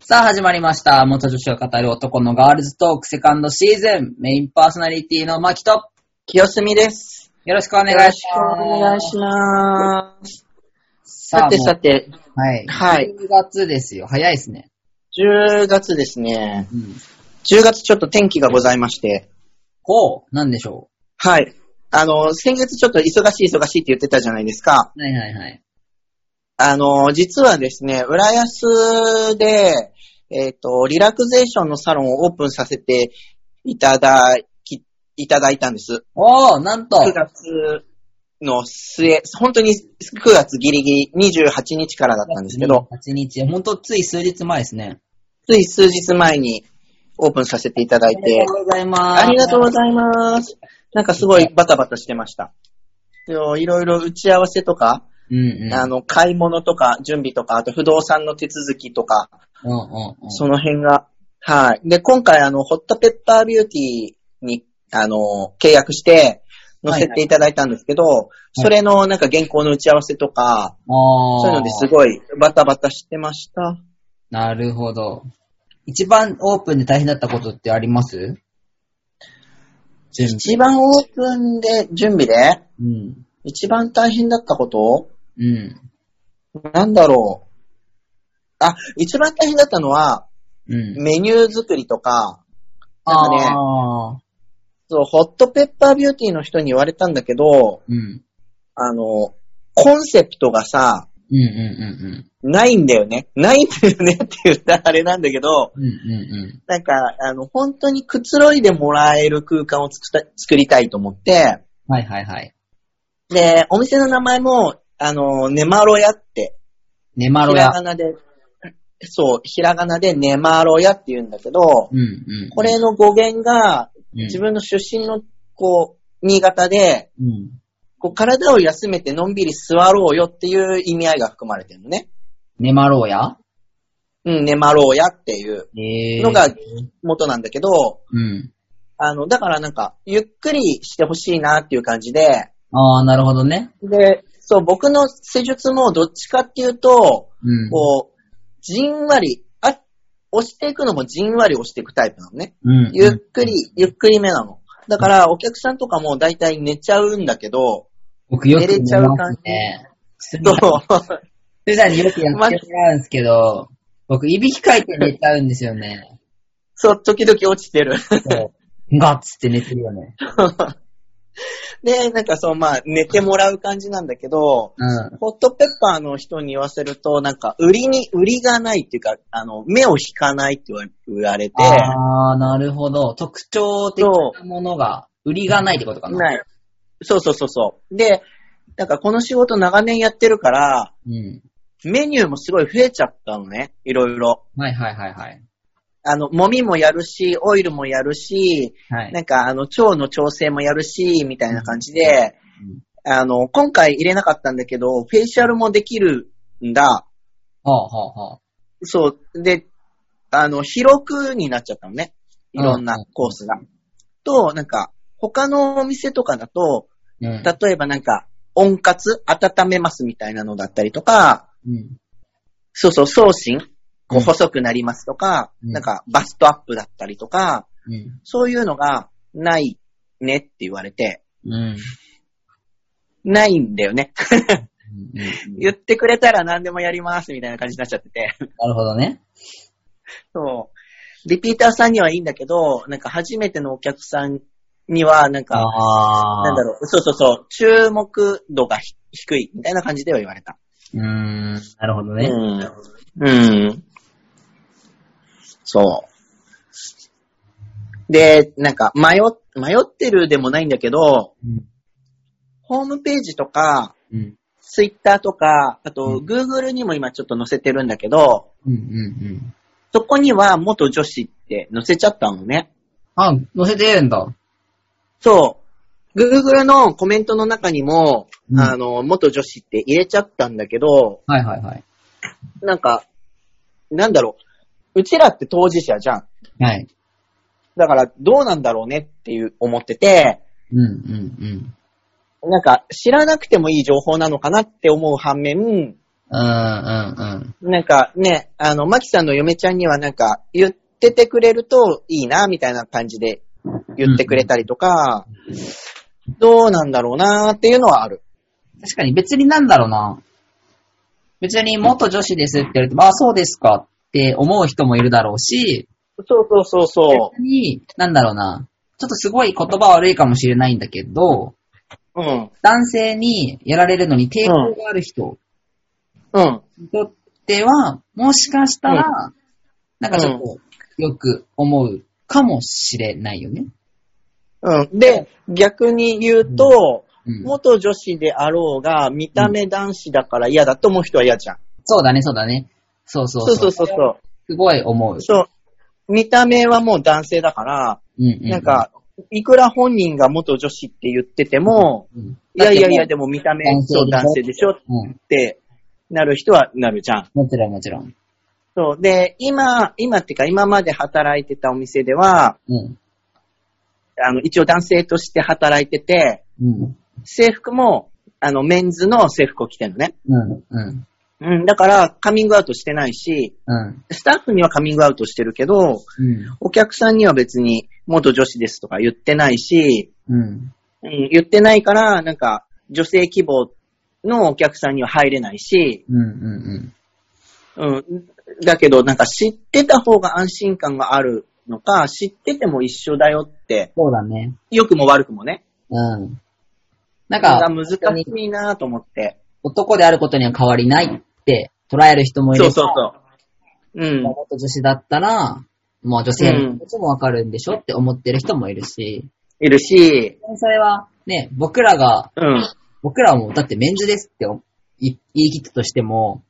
さあ始まりました。元女子を語る男のガールズトークセカンドシーズン。メインパーソナリティのマキと、清澄です。よろしくお願いします。お願いします。ささあ、てさもて、うはい。はい10月ですよ。早いですね。 10月ですね。うん。 10月ちょっと天気がございまして。こう、なんでしょはい。あの、先月ちょっと忙しい忙しいって言ってたじゃないですか。う。はいはいはい。あの、実はですね、浦安で、えっ、と、リラクゼーションのサロンをオープンさせていただき、いただいたんです。おー、なんと。 9月の末、本当に9月ギリギリ28日からだったんですけど、 8日。ほんとつい数日前ですね。つい数日前にオープンさせていただいありてが、とうございます。ありがとうございます。なんかすごいバタバタしてました。でもいろいろ打ち合わせとか、うんうん。あの、買い物とか、準備とか、あと不動産の手続きとか、うんうんうん。その辺が。はい。で、今回あの、ホットペッパービューティーに、あの、契約して、載せていただいたんですけど、それのなんか原稿の打ち合わせとか、あーそういうのですごいバタバタしてました。なるほど。一番オープンで大変だったことってあります準一番オープンで、準備で、備。一番大変だったことうん。うん。なんだろう。あ、一番大変だったのは、うん。メニュー作りとか、あなんかねあー。そう、ホットペッパービューティーの人に言われたんだけど、うん。あの、コンセプトがさ、うんうないんだよね。ないんだよね って言ったらあれなんだけど、んうんうん。うんうんなんか、あの、本当にくつろいでもらえる空間を作った作りたいと思って、うん。はいはいはい。で、お店の名前も、あの、ネマロヤって、ねまろひやら。がなで、そう、ひらがなでネマロヤって言うんだけどう、んうん。これの語源が、うん、自分の出身の、こう、新潟で、うん。こう、体を休めてのんびり座ろうよっていう意味合いが含まれてるのね。ねまろうやうん、寝まろうやっていうええー。のが元なんだけど、うん。あの、だからなんか、ゆっくりしてほしいなっていう感じで、ああ、なるほどね。で、そう、僕の施術もどっちかっていうと、うん。こう、じんわり、あ、押していくのもじんわり押していくタイプなのね。うん。ゆっくり、ゆっくりめなの。だから、お客さんとかも大体寝ちゃうんだけど、僕よく寝れちゃう感じね。すそう。ずさんによくやってもらうんですけど、僕、いびきかいて寝ちゃうんですよね。そう、時々落ちてる。そうガッツって寝てるよね。で、なんかそう、まあ、寝てもらう感じなんだけど、うん。ホットペッパーの人に言わせると、なんか、売りに、売りがないっていうか、あの、目を引かないって言わ言われて、ああ、なるほど。特徴的なものが、売りがないってことかな。ない。そうそうそうそう。で、なんかこの仕事長年やってるから、うん。メニューもすごい増えちゃったのね、いろいろ。はいはいはいはい。あの、揉みもやるし、オイルもやるし、はい。なんか、あの、腸の調整もやるし、みたいな感じで、うんあの、今回入れなかったんだけど、フェイシャルもできるんだ。はあはあはあ。そう。で、あの、広くになっちゃったのね。いろんなコースが。と、なんか、他のお店とかだと、うん。例えばなんか、温活、温めますみたいなのだったりとか、うん。そうそう、送信、こううん細くなりますとか、うんなんか、バストアップだったりとか、うん。そういうのがないねって言われて、うん。ないんだよね。うん言ってくれたら何でもやりますみたいな感じになっちゃっ てて。なるほどね。そう。リピーターさんにはいいんだけど、なんか初めてのお客さんには、なんか、ああ。なんだろう、そうそうそう、注目度がひ低いみたいな感じでは言われた。う。うーん。なるほどうね。ん。うん。そう。で、なんか、迷っ、迷ってるでもないんだけど、うん。ホームページとか、うん。ツイッターとか、あと、うんグーグルにも今ちょっと載せてるんだけど、うん。うん。そこには元女子って載せちゃったのね。あ、載せてるんだ。そう。Google のコメントの中にも、うんあの、元女子って入れちゃったんだけど、はいはいはい。なんか、なんだろう。うちらって当事者じゃん。はい。だからどうなんだろうねっていう思ってて、うん。うん。なんか知らなくてもいい情報なのかなって思う反面、うん。うんうんうん。なんかね、あの、マキさんの嫁ちゃんにはなんか言っててくれるといいな、みたいな感じで言ってくれたりとか、どうなんだろうなっていうのはある。確かに別になんだろうな。別に元女子ですって言われても、ああ、そうですかって思う人もいるだろうし、そうそうそうそ別に、なんだろうな。ちょっとすごい言葉悪いかもしれないんだけど、う。うん。男性にやられるのに抵抗がある人うん。にとっては、もしかしたら、なんかちょっとよく思うかもしれないよね。うん。で、逆に言うと、うん、元女子であろうが、見た目男子だから嫌だと思う人は嫌じゃん。そうだね、そうだね。そうそうそそ。うそううそうそう。すごい思う。そう。見た目はもう男性だから、うんうんうんなん、か、いくら本人が元女子って言ってても、うんいやいやいや、、だってでも見た目、男性でしょそう、男性でしょっもううん。てなる人はなるじゃん。もちろんもちろん。そう。で、今、今ってか、今まで働いてたお店では、うん。あの、一応男性として働いてて、うん。制服も、あの、メンズの制服を着てるのね。うん。うん。うん、だから、カミングアウトしてないし、うん。スタッフにはカミングアウトしてるけど、うん。お客さんには別に元女子ですとか言ってないし、うん。うん、言ってないから、なんか、女性希望のお客さんには入れないし、うん。うん。うん、だけど、なんか知ってた方が安心感があるのか、知ってても一緒だよって、そうだね。良くも悪くもね。うん。なんがか、難しいなと思って。男であることには変わりないって捉える人もいるそしうそうそう。うん。元女子だったら、もう女性の気持ちもわかるんでしょって思ってる人もいるし、いるし、それはね、僕らが、うん。僕らはもうだってメンズですって言い言い切ったとしても、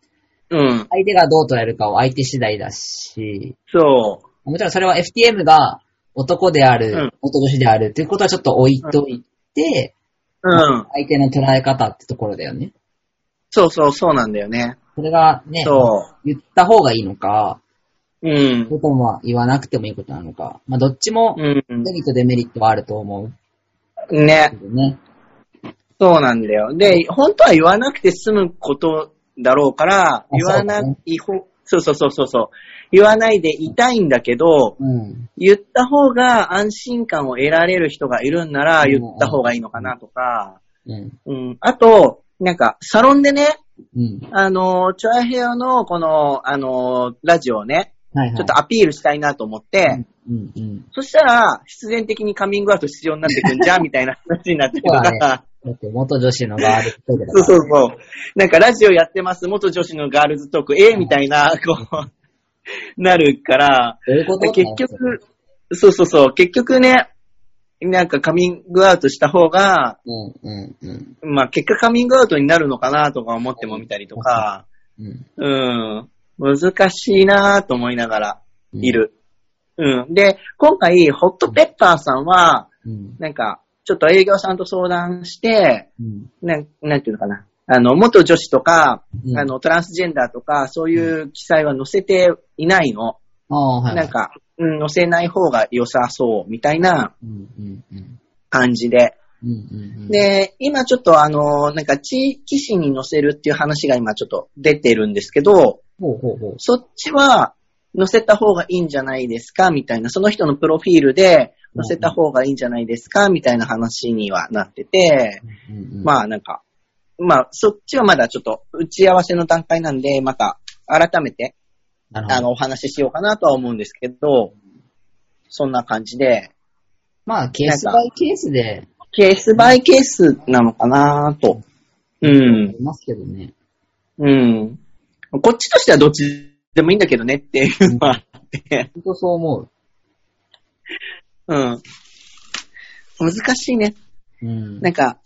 うん。相手がどう捉えるかは相手次第だし、そもちろんそれは FTM が男である、うん元女子であるっていうことはちょっと置いといて、う。うん。相手の捉え方ってところだよね。そうそう、そうなんだよね。それがね、そ言った方がいいのか、う。うんそ。れともまあ言わなくてもいいことなのか、まあどっちもう。メリットデメリットはあると思うんねけ。どね。そうなんだよ。で、本当は言わなくて済むことだろうから、言わなそうだねい方、そうそうそうそうそう。言わないでいたいんだけど、うん。言った方が安心感を得られる人がいるんなら、言った方がいいのかなとか、うん。うん。あと、なんか、サロンでね、うん。あの、チョアヘアのこの、あの、ラジオをね、はいはい。ちょっとアピールしたいなと思って、うんうん。そしたら、必然的にカミングアウト必要になってく んじゃん、みたいな話になってるかそうだら、だって元女子のガールっぽいそうそうそう。なんかラジオやってます、元女子のガールズトーク、ええみたいな、こう、なるから、どういうこと結局、そうそうそう、結局ね、なんかカミングアウトした方が、うんうんうん。まあ結果カミングアウトになるのかなとか思ってもみたりとか、うん。うん、難しいなと思いながらい。る。うん。で、今回、ホットペッパーさんは、うん。なんか、ちょっと営業さんと相談して、うん。なん、なんていうのかな。あの、元女子とか、うんあの、トランスジェンダーとか、そういう記載は載せていないの。ああ、はい。なん、か、うん、載せない方が良さそう、みたいなうんうんうん。感じで。うんうんうん。、で、今ちょっとあの、なんか、地域誌に載せるっていう話が今ちょっと出てるんですけど、ほうほうほう。そっちは載せた方がいいんじゃないですか、みたいな。その人のプロフィールで載せた方がいいんじゃないですか、みたいな話にはなってて、あ、まあなんか、まあそっちはまだちょっと打ち合わせの段階なんで、また改めて、なるほあど。の、お話ししようかなとは思うんですけど、そんな感じで、まあ、ケースバイケースで、ケースバイケースなのかなと。うん、いますけどね。うん。こっちとしてはどっちでもいいんだけどねっていうのはあって、本当そう思う。うん。難しいね。うん。なんか、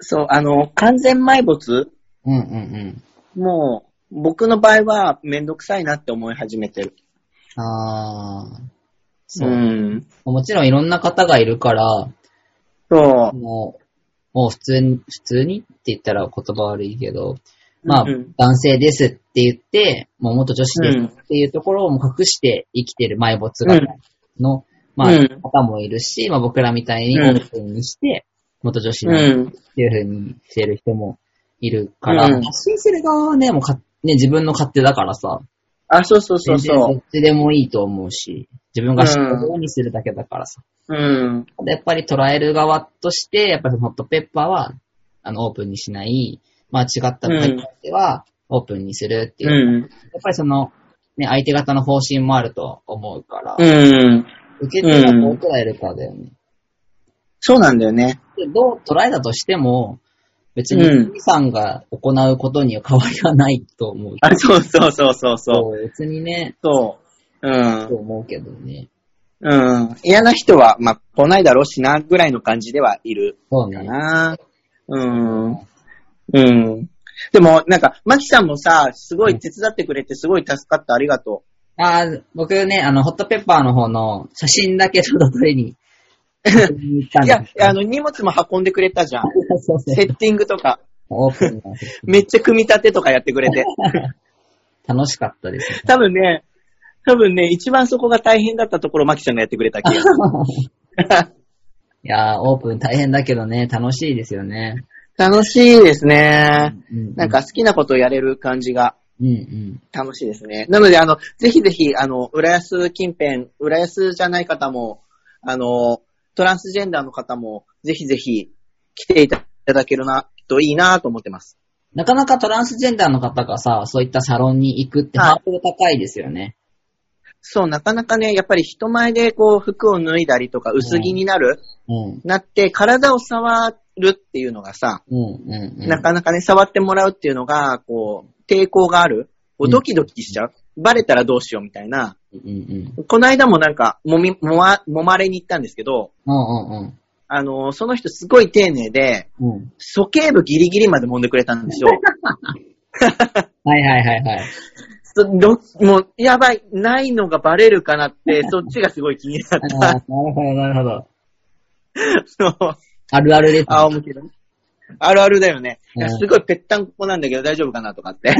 そう、あの、完全埋没うんうんうん。もう、僕の場合はめんどくさいなって思い始めてる。ああ。そうう。ん。もちろんいろんな方がいるから、そう。もう、もう普通に、普通にって言ったら言葉悪いけど、まあ、うんうん男性ですって言って、もう元女子ですっていうところをもう隠して生きてる埋没型の、まあ、うん方もいるし、まあ僕らみたいにうんオープンにして、元女子うなんだん。っていうふうにしてる人もいるから、うん発信する側はね、もうか、ね、自分の勝手だからさ、あ、そうそうそう全然どそっちでもいいと思うし、自分が知ったようにするだけだからさ。う。うん。ただやっぱり捉える側として、やっぱりホットペッパーは、あの、オープンにしない、まあ違った場合に関しては、オープンにするっていうう。やん。っぱりその、ね、相手方の方針もあると思うから、うん。受け手がどう捉えるかだよね。そうなんだよね。でどう捉えたとしても、別に、うん兄さんが行うことには変わりはないと思う。あ、そうそうそうそうそう。う。別にね、そう。うんと。思うけどね。うん。嫌な人は、まあ、来ないだろうしな、ぐらいの感じではいるそうねか。な。うん。うん。でも、なんか、マキさんもさ、すごい手伝ってくれて、すごい助かった、ありがとあー僕ね、あの、ホットペッパーの方の写真だけちょっと撮り に撮りに行ったう。んいでやす、あの、荷物も運んでくれたじゃん。 そうそうセッティングとか、オープンなめっちゃ組み立てとかやってくれて。楽しかったです、ね。 多分ね、多分ね、一番そこが大変だったところ、マキちゃんがやってくれた気がする。いやー、オープン大変だけどね、楽しいですよね。 楽しいですね。うんなん、か好きなことをやれる感じがうんうん。楽しいですね。なので、あの、ぜひぜひ、あの、浦安近辺、浦安じゃない方も、あの、トランスジェンダーの方も、ぜひぜひ来ていただけるな、といいなと思ってます。なかなかトランスジェンダーの方がさ、そういったサロンに行くってはいハードル高いですよね。そう、なかなかね、やっぱり人前でこう、服を脱いだりとか、薄着になる、うん。なって、体を触るっていうのがさ、うんうんうん。なかなかね、触ってもらうっていうのが、こう、抵抗がある。うこうんドキドキしちゃう。バレたらどうしようみたいな。うんうん。この間もなんか、もみ、もわ、もまれに行ったんですけど、うんうんあの、その人すごい丁寧で、うん。うん。鼠径部ギリギリまで揉んでくれた んですよ。はいはいはいはい。そどもう、やばい、ないのがバレるかなって、そっちがすごい気になっあーなるほどなるほど。た。 そう。あるあるです、ね。あ、面白い。あるあるだよね。いうやんすごいぺったんこなんだけど大丈夫かなとか って。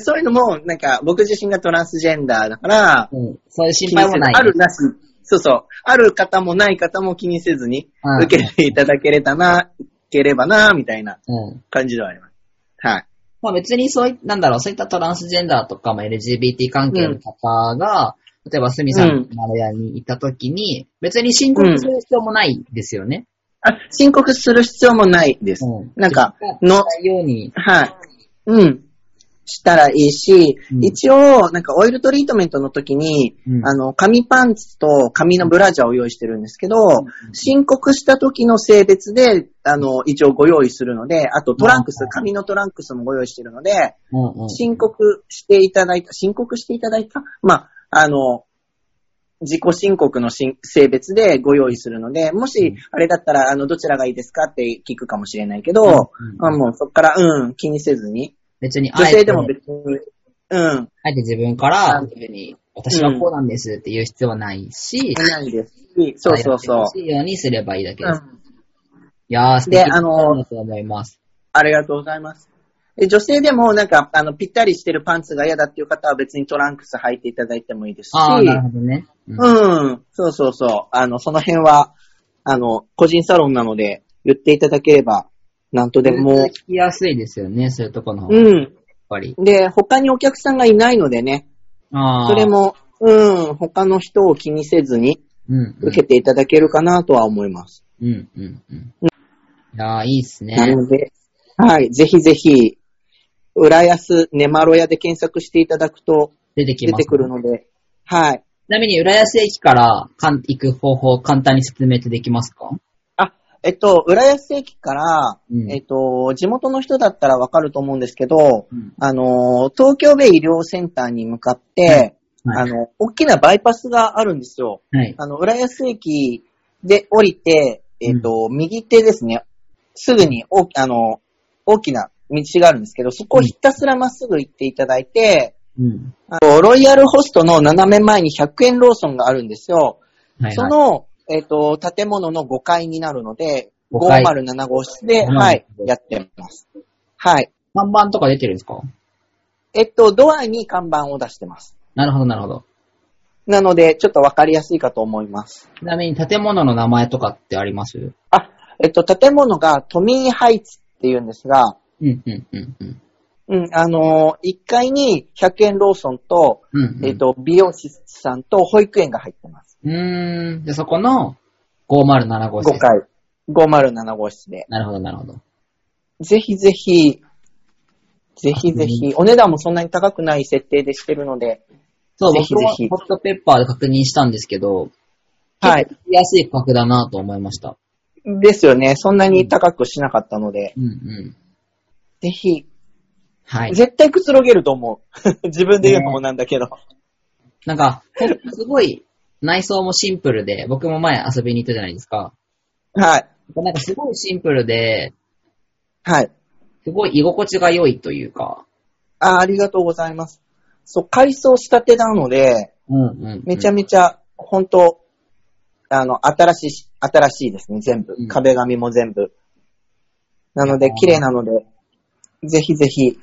そういうのも、なんか、僕自身がトランスジェンダーだから、うん、そういう心配もない。気にせずあるなし。そうそう。ある方もない方も気にせずにうん、受けていただけれたな、ければな、みたいなうん。感じではあります。はい。まあ別にそうい、なんだろう、そういったトランスジェンダーとかも LGBT 関係の方が、例えばスミさんのマルヤにいたときに、別に申告する必要もないですよね。あ、申告する必要もないです。うんなんか、の、ないように。はい。うん。したらいいし、うん一応、なんかオイルトリートメントの時に、うんあの、紙パンツと紙のブラジャーを用意してるんですけど、申告した時の性別で、あの、一応ご用意するので、あとトランクうスん、紙のトランクスもご用意してるので、うんうん。申告していただいた、申告していただいたまあ、あの、自己申告のしん性別でご用意するので、もうしん、あれだったら、あの、どちらがいいですかって聞くかもしれないけど、うんあもうそこから、うん、気にせずに。別に、女あえ性て、でもあ別に、うん、えて自分から、うん自分に、私はこうなんですって言う必要はないし、いないですし、そうそうそう。しいようにすればいいだけうです。ん、いやー、素敵でだあのなと思います。ありがとうございます。で女性でもなんか、あの、ぴったりしてるパンツが嫌だっていう方は別にトランクス履いていただいてもいいですし、ああ、なるほどね。うんうん。そうそうそう。あの、その辺は、あの、個人サロンなので、言っていただければ、なんとでも聞。きやすいですよね、そういうとこの方が、うやっん。ぱり。で、他にお客さんがいないのでね、ああ。それ、も、うん、他の人を気にせずにうん、うん。受けていただけるかなとは思います。うん、うん、うん。いやー、いいっすね。なので、はい、ぜひぜひ、浦安ねまろやで検索していただくと出てき出ます、てくるので、はい。ちなみに、浦安駅からかん行く方法を簡単に説明ってできますかあ、えっと、浦安駅から、うんえっと、地元の人だったらわかると思うんですけど、うんあの、東京ベイ医療センターに向かって、はいあの、大きなバイパスがあるんですよ。はい。あの、浦安駅で降りて、えっと、右手ですね、すぐに大き、あの、大きな道があるんですけど、そこをひたすらまっすぐ行っていただいて、うん。あのロイヤルホストの斜め前に100円ローソンがあるんですよ。はい、はい。そ、の、えっ、と、建物の5階になるので、 5階507号室で、うんはい、やってます。はい。看板とか出てるんですかえっと、ドアに看板を出してます。なるほど、なるほど。なので、ちょっとわかりやすいかと思います。ちなみに、建物の名前とかってありますあ、えっと、建物がトミーハイツっていうんですが、うん、うん、うん、うん。うん、あのー、1階に100円ローソンと、うん、うん。えっと、美容師さんと保育園が入ってます。うーん。で、そこの507号室。 5。階、507号室で。なるほど、なるほど。ぜひぜひ、ぜひぜひ、お値段もそんなに高くない設定でしてるので、そう、ぜひ僕はぜひホットペッパーで確認したんですけど、はい。結構安い価格だなと思いました。ですよね。そんなに高くしなかったので、うん、うん。ぜひ、はい。絶対くつろげると思う。 自分で言うのもなんだけど。なんか、ほんすごい内装もシンプルで、僕も前遊びに行ったじゃないですか。はい。なんかすごいシンプルで、はい。すごい居心地が良いというか。あありがとうございます。そう、改装したてなので、うんうん、うん。めちゃめちゃ、本当あの、新しいし、新しいですね、全部うん。壁紙も全部。なのあでー、綺麗なので、ぜひぜひ、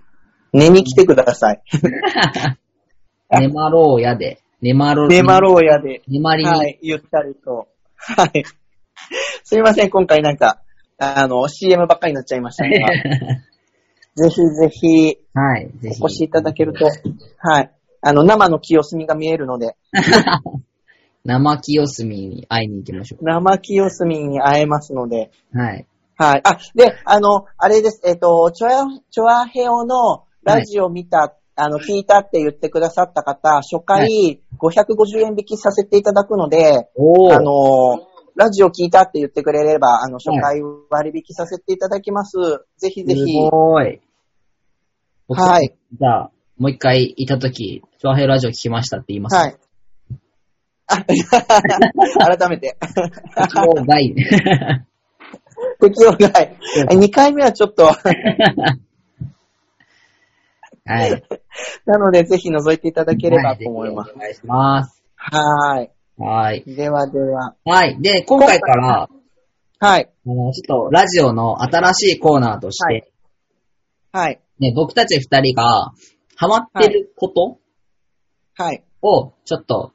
寝に来てください。 寝まろうやで。寝まろう。寝まろうやで。寝まりに。はい、ゆったりと。はい。すいません、今回なんか、あの、CM ばっかりになっちゃい ましたが、ぜひぜひ、 はい。ぜひ。お越しいただけると、はい。あの、生の清澄が見えるので、 生清澄に会いに行きましょ生清澄に会えますので、う。はい。はい。あ、で、あの、あれです。えっ、と、チョア、チョアヘオのラジオ見た、あの、聞いたって言ってくださった方、初は回550円引きさせていただくので、おー。あの、ラジオ聞いたって言ってくれれば、あの、初回割引させていただきます。ぜひぜすひ。ごーい。僕はい。じゃあ、もう一回いたとき、チョアヘイラジオ聞きましたって言います。。はいい。あ 改めて。一応、 外。適用外。2回目はちょっと、 はい。なのでぜひ覗いていただければと思います。お願いします。ははい。い。ではでは。はい。で、今回から、あはい。の、ちょっと、ラジオの新しいコーナーとして、はいはい。ね、僕たち二人が、ハマってることはい。を、ちょっと、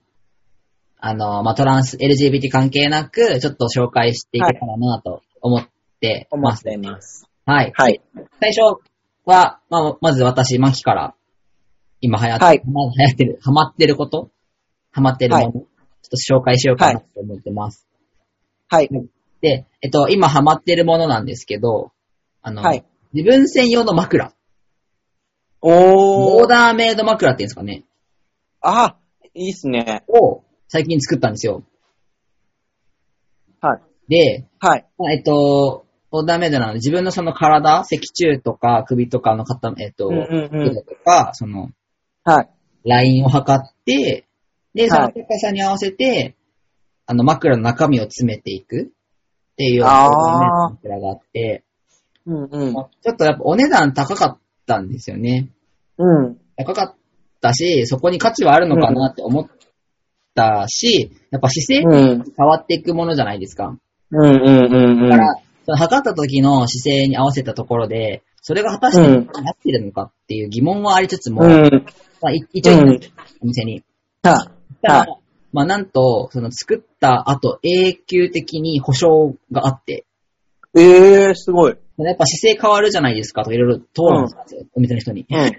あの、まあ、トランス、LGBT 関係なく、ちょっと紹介していけたらなと思って思まっす。ています。はい。はい。最初は、まあ、まず私、マキから、今流行って、はいまあ流行ってる、ハマってることハマってるもの、はいちょっと紹介しようかなと思ってます。はい。で、えっと、今ハマってるものなんですけど、あの、はい自分専用の枕。オおーー。ダーメイド枕っていうんですかね。あ、いいっすね。を、最近作ったんですよ。はい。で、はい。まあえっと、オーダーメイドなので、自分のその体、脊柱とか首とかの肩、えっと、うんうんうん腕とか、その、はい。ラインを測って、で、そはのい高さに合わせて、あの、枕の中身を詰めていくっていうようあなー枕があって、うんうん。まあちょっとやっぱお値段高かったんですよね。うん。高かったし、そこに価値はあるのかなって思ったし、やっぱ姿勢うん。変わっていくものじゃないですか。うんうんうんうん。だから、その測った時の姿勢に合わせたところで、それが果たしてうん合ってるのかっていう疑問はありつつも、うん。まあ、い一応行ったんですよお店に。はただはまあなんと、その作った後永久的に保証があって、い。えー、すごい。やっぱ姿勢変わるじゃないですかとかいろいろ討論したんですよ、お店の人に。うだん。うん。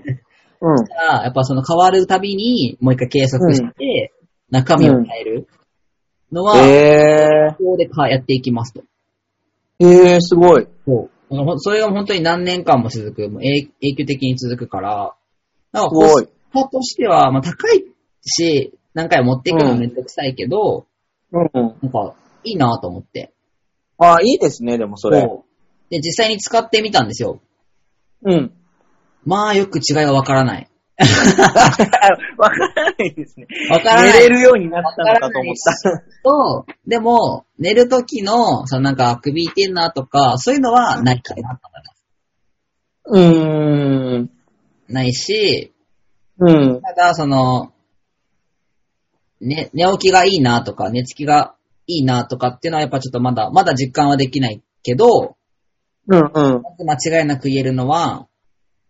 からやっぱその変わるたびにもう一回計測して、中身を変えるのは、えここでかやっていきますと。ー、えー、すごい。そう。あのほんそれが本当に何年間も続く、もう永永久的に続くから、なんかすごいコスパとしては、まあ高いし、何回も持っていくのもめんどくさいけど、うん。なんかいいなと思って。あ、いいですね、でもそれ。そうで、実際に使ってみたんですよ。 うん。まあよく違いがわからない。わからないですね。わから寝ないれるようになったのかと思った。と、でも、寝るときの、そのなんか首痛いなとか、そういうのはないかな。うーん。ないし、うん。ただ、その、ね、寝起きがいいなとか、寝つきがいいなとかっていうのはやっぱちょっとまだ、まだ実感はできないけど、うんうん。まず間違いなく言えるのは、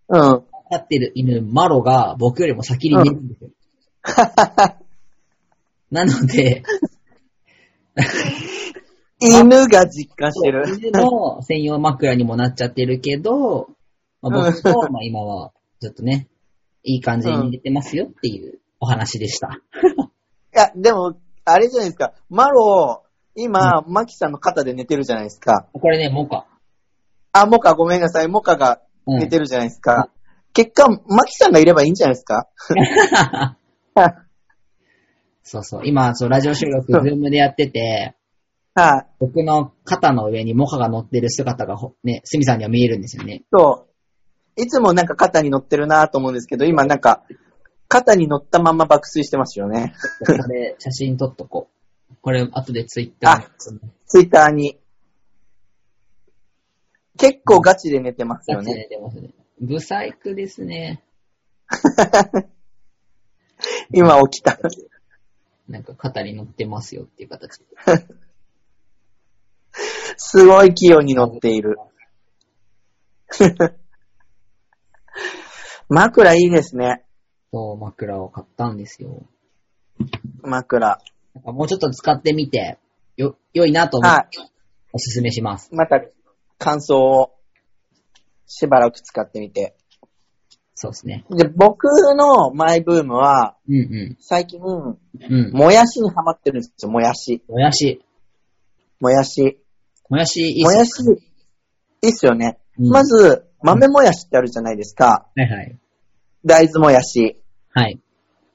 うん。飼ってる犬、マロが僕よりも先に寝るんですよ。 なので、犬が実感してる。犬の専用枕にもなっちゃってるけど、まあ、僕と、まあ、今は、ちょっとね、いい感じに出てますよっていうお話でした。いや、でも、あれじゃないですか。マロ、今、マキさんの肩で寝てるじゃないですか。これね、もうか。あ、モカごめんなさい。モカがうん寝てるじゃないですか。結果、マキさんがいればいいんじゃないですかはい。 そうそう。今、そう、ラジオ収録、ズームでやってて、はい。僕の肩の上にモカが乗ってる姿がほ、ね、スミさんには見えるんですよね。そう。いつもなんか肩に乗ってるなと思うんですけど、今なんか、肩に乗ったまま爆睡してますよね。これ、写真撮っとこう。これ、後でツイッターにそのツイッターに。結構ガチで寝てますよ二つね。出てますね。ブサイクですね。今起きた。なんか肩に乗ってますよっていう形で。すごい器用に乗っている。 枕いいですね。そう、枕を買ったんですよ。枕。なんかもうちょっと使ってみて、よ、良いなと思っはて、おすすめします。また、感想を、しばらく使ってみて。そうですね。で、僕のマイブームは、うんう最近、ん。うん。もやしにハマってるんですよ、もやし。もやし。もやし。もやしいいっもすやし、いいっすよね。うんまず、豆もやしってあるじゃないですか。はいはい。大豆もやし。はい。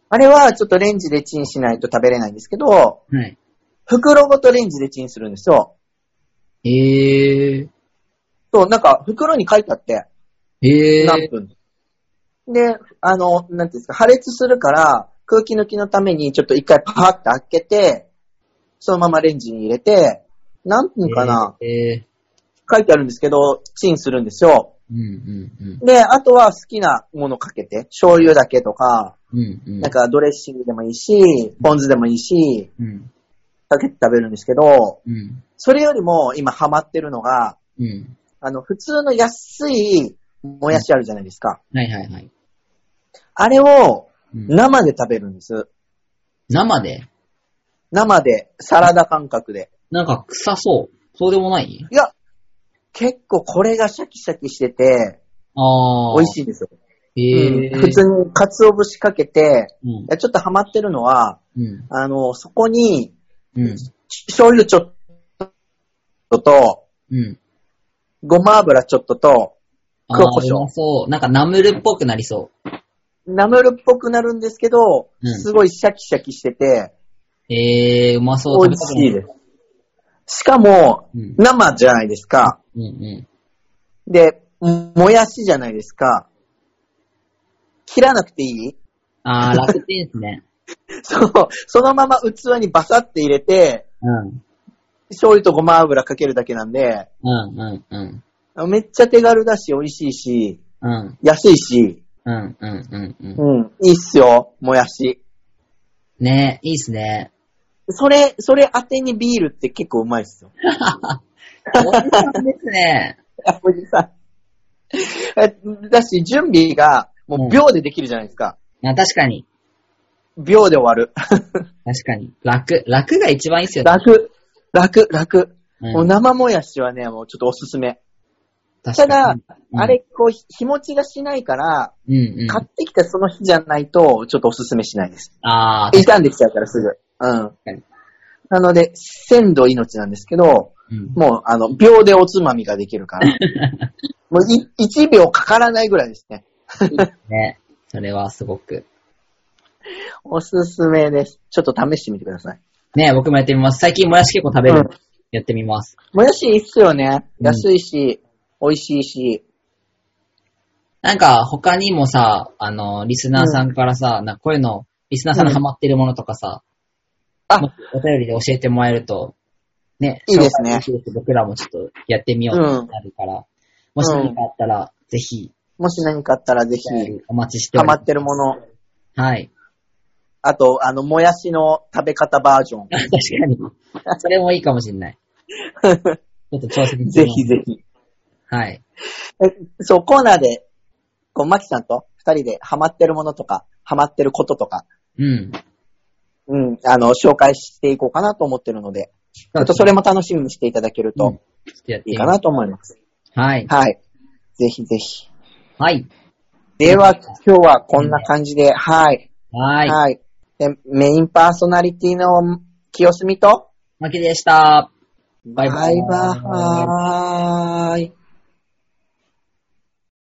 あれはちょっとレンジでチンしないと食べれないんですけど、はい。袋ごとレンジでチンするんですよ。へえそう、なんか袋に書いてあって、ー。へえー。何分。で、あの、なんていうんですか、破裂するから、空気抜きのためにちょっと一回パーって開けて、そのままレンジに入れて、何分かな、えー。書いてあるんですけど、チンするんですよ。うんうんで、あとは好きなものかけて、醤油だけとか、うん。うんうん。なんかドレッシングでもいいし、ポン酢でもいいし、うん。かけて食べるんですけど、うん。それよりも今ハマってるのが、うん。あの、普通の安いもやしあるじゃないですか。はいはいはい。あれをうん、生で食べるんです。生で、生で、サラダ感覚で。なんか臭そう。そうでもないいや、結構これがシャキシャキしてて、ああ。美味しい。いですよ。へえー。うん普通に鰹節かけて、うんい。やちょっとハマってるのは、うん。あの、そこに、うん。醤油ちょっとと、うん。ごま油ちょっとと、あ黒胡椒ーうまそう。なんかナムルっぽくなりそナムルっぽくなるんですけど、うんすごいシャキシャキしてて、う。ええー、うまそう。美味しいです。しかも、うん生じゃないですか。うんうで、もやしじゃないですか。切らなくてい いん。あー、楽天ですね。 そう。そのまま器にバサって入れて、うん。醤油とごま油かけるだけなんで、うんうんうん。めっちゃ手軽だし、美味しいし、うん安いし、うんうんうんううん、いいっすよ、もやし。ん。ねえ、いいっすね。それ、それ当てにビールって結構うまいっすよ。 おじさんですね。 あおじさん。えだし、準備が、もう秒でできるじゃないですか。まあ確かに。秒で終わる。確かに。楽。楽が一番いいっすよね。楽、楽、楽。うんもう生もやしはね、もうちょっとおすすめ。た確だ、かにうんあれ、こう、ひ日持ちがしないから、うんうん。買ってきたその日じゃないと、ちょっとおすすめしないです。あー、傷んできちゃうからすぐ。うんかに。なので、鮮度命なんですけど、うん もう、あの、秒でおつまみができるから。もうい、1秒かからないぐらいですね。ね。それはすごく。おすすめです。ちょっと試してみてください。ね僕もやってみます。最近もやし結構食べる。うんやってみます。もやしいいっすよね。うん安いし、美味しいし。なんか、他にもさ、あの、リスナーさんからさ、なんかこういうの、リスナーさんのハマってるものとかさ、あもお便りで教えてもらえると、ね、いいですね紹介きるし僕らもちょっとやってみようってなるから、もし何かあったら、ぜひ、もし何かあったらぜひ、お待ちしておハりマます。ってるもの。はい。 あと、あの、もやしの食べ方バージョン。確かに。それもいいかもしれ ない。ちょっと挑戦してみますぜひぜひ。はい。えそう、コーナーで、こう、マキさんと二人でハマってるものとか、ハマってることとか、うん。うん、あの、紹介していこうかなと思ってるので、あとそれも楽しみにしていただけるといいかなと思います。はい。はい。ぜひぜひ。はい。では、今日はこんな感じで、はい。はい。はい。でメインパーソナリティの清澄と、負けでした。バイバイバイバーイ。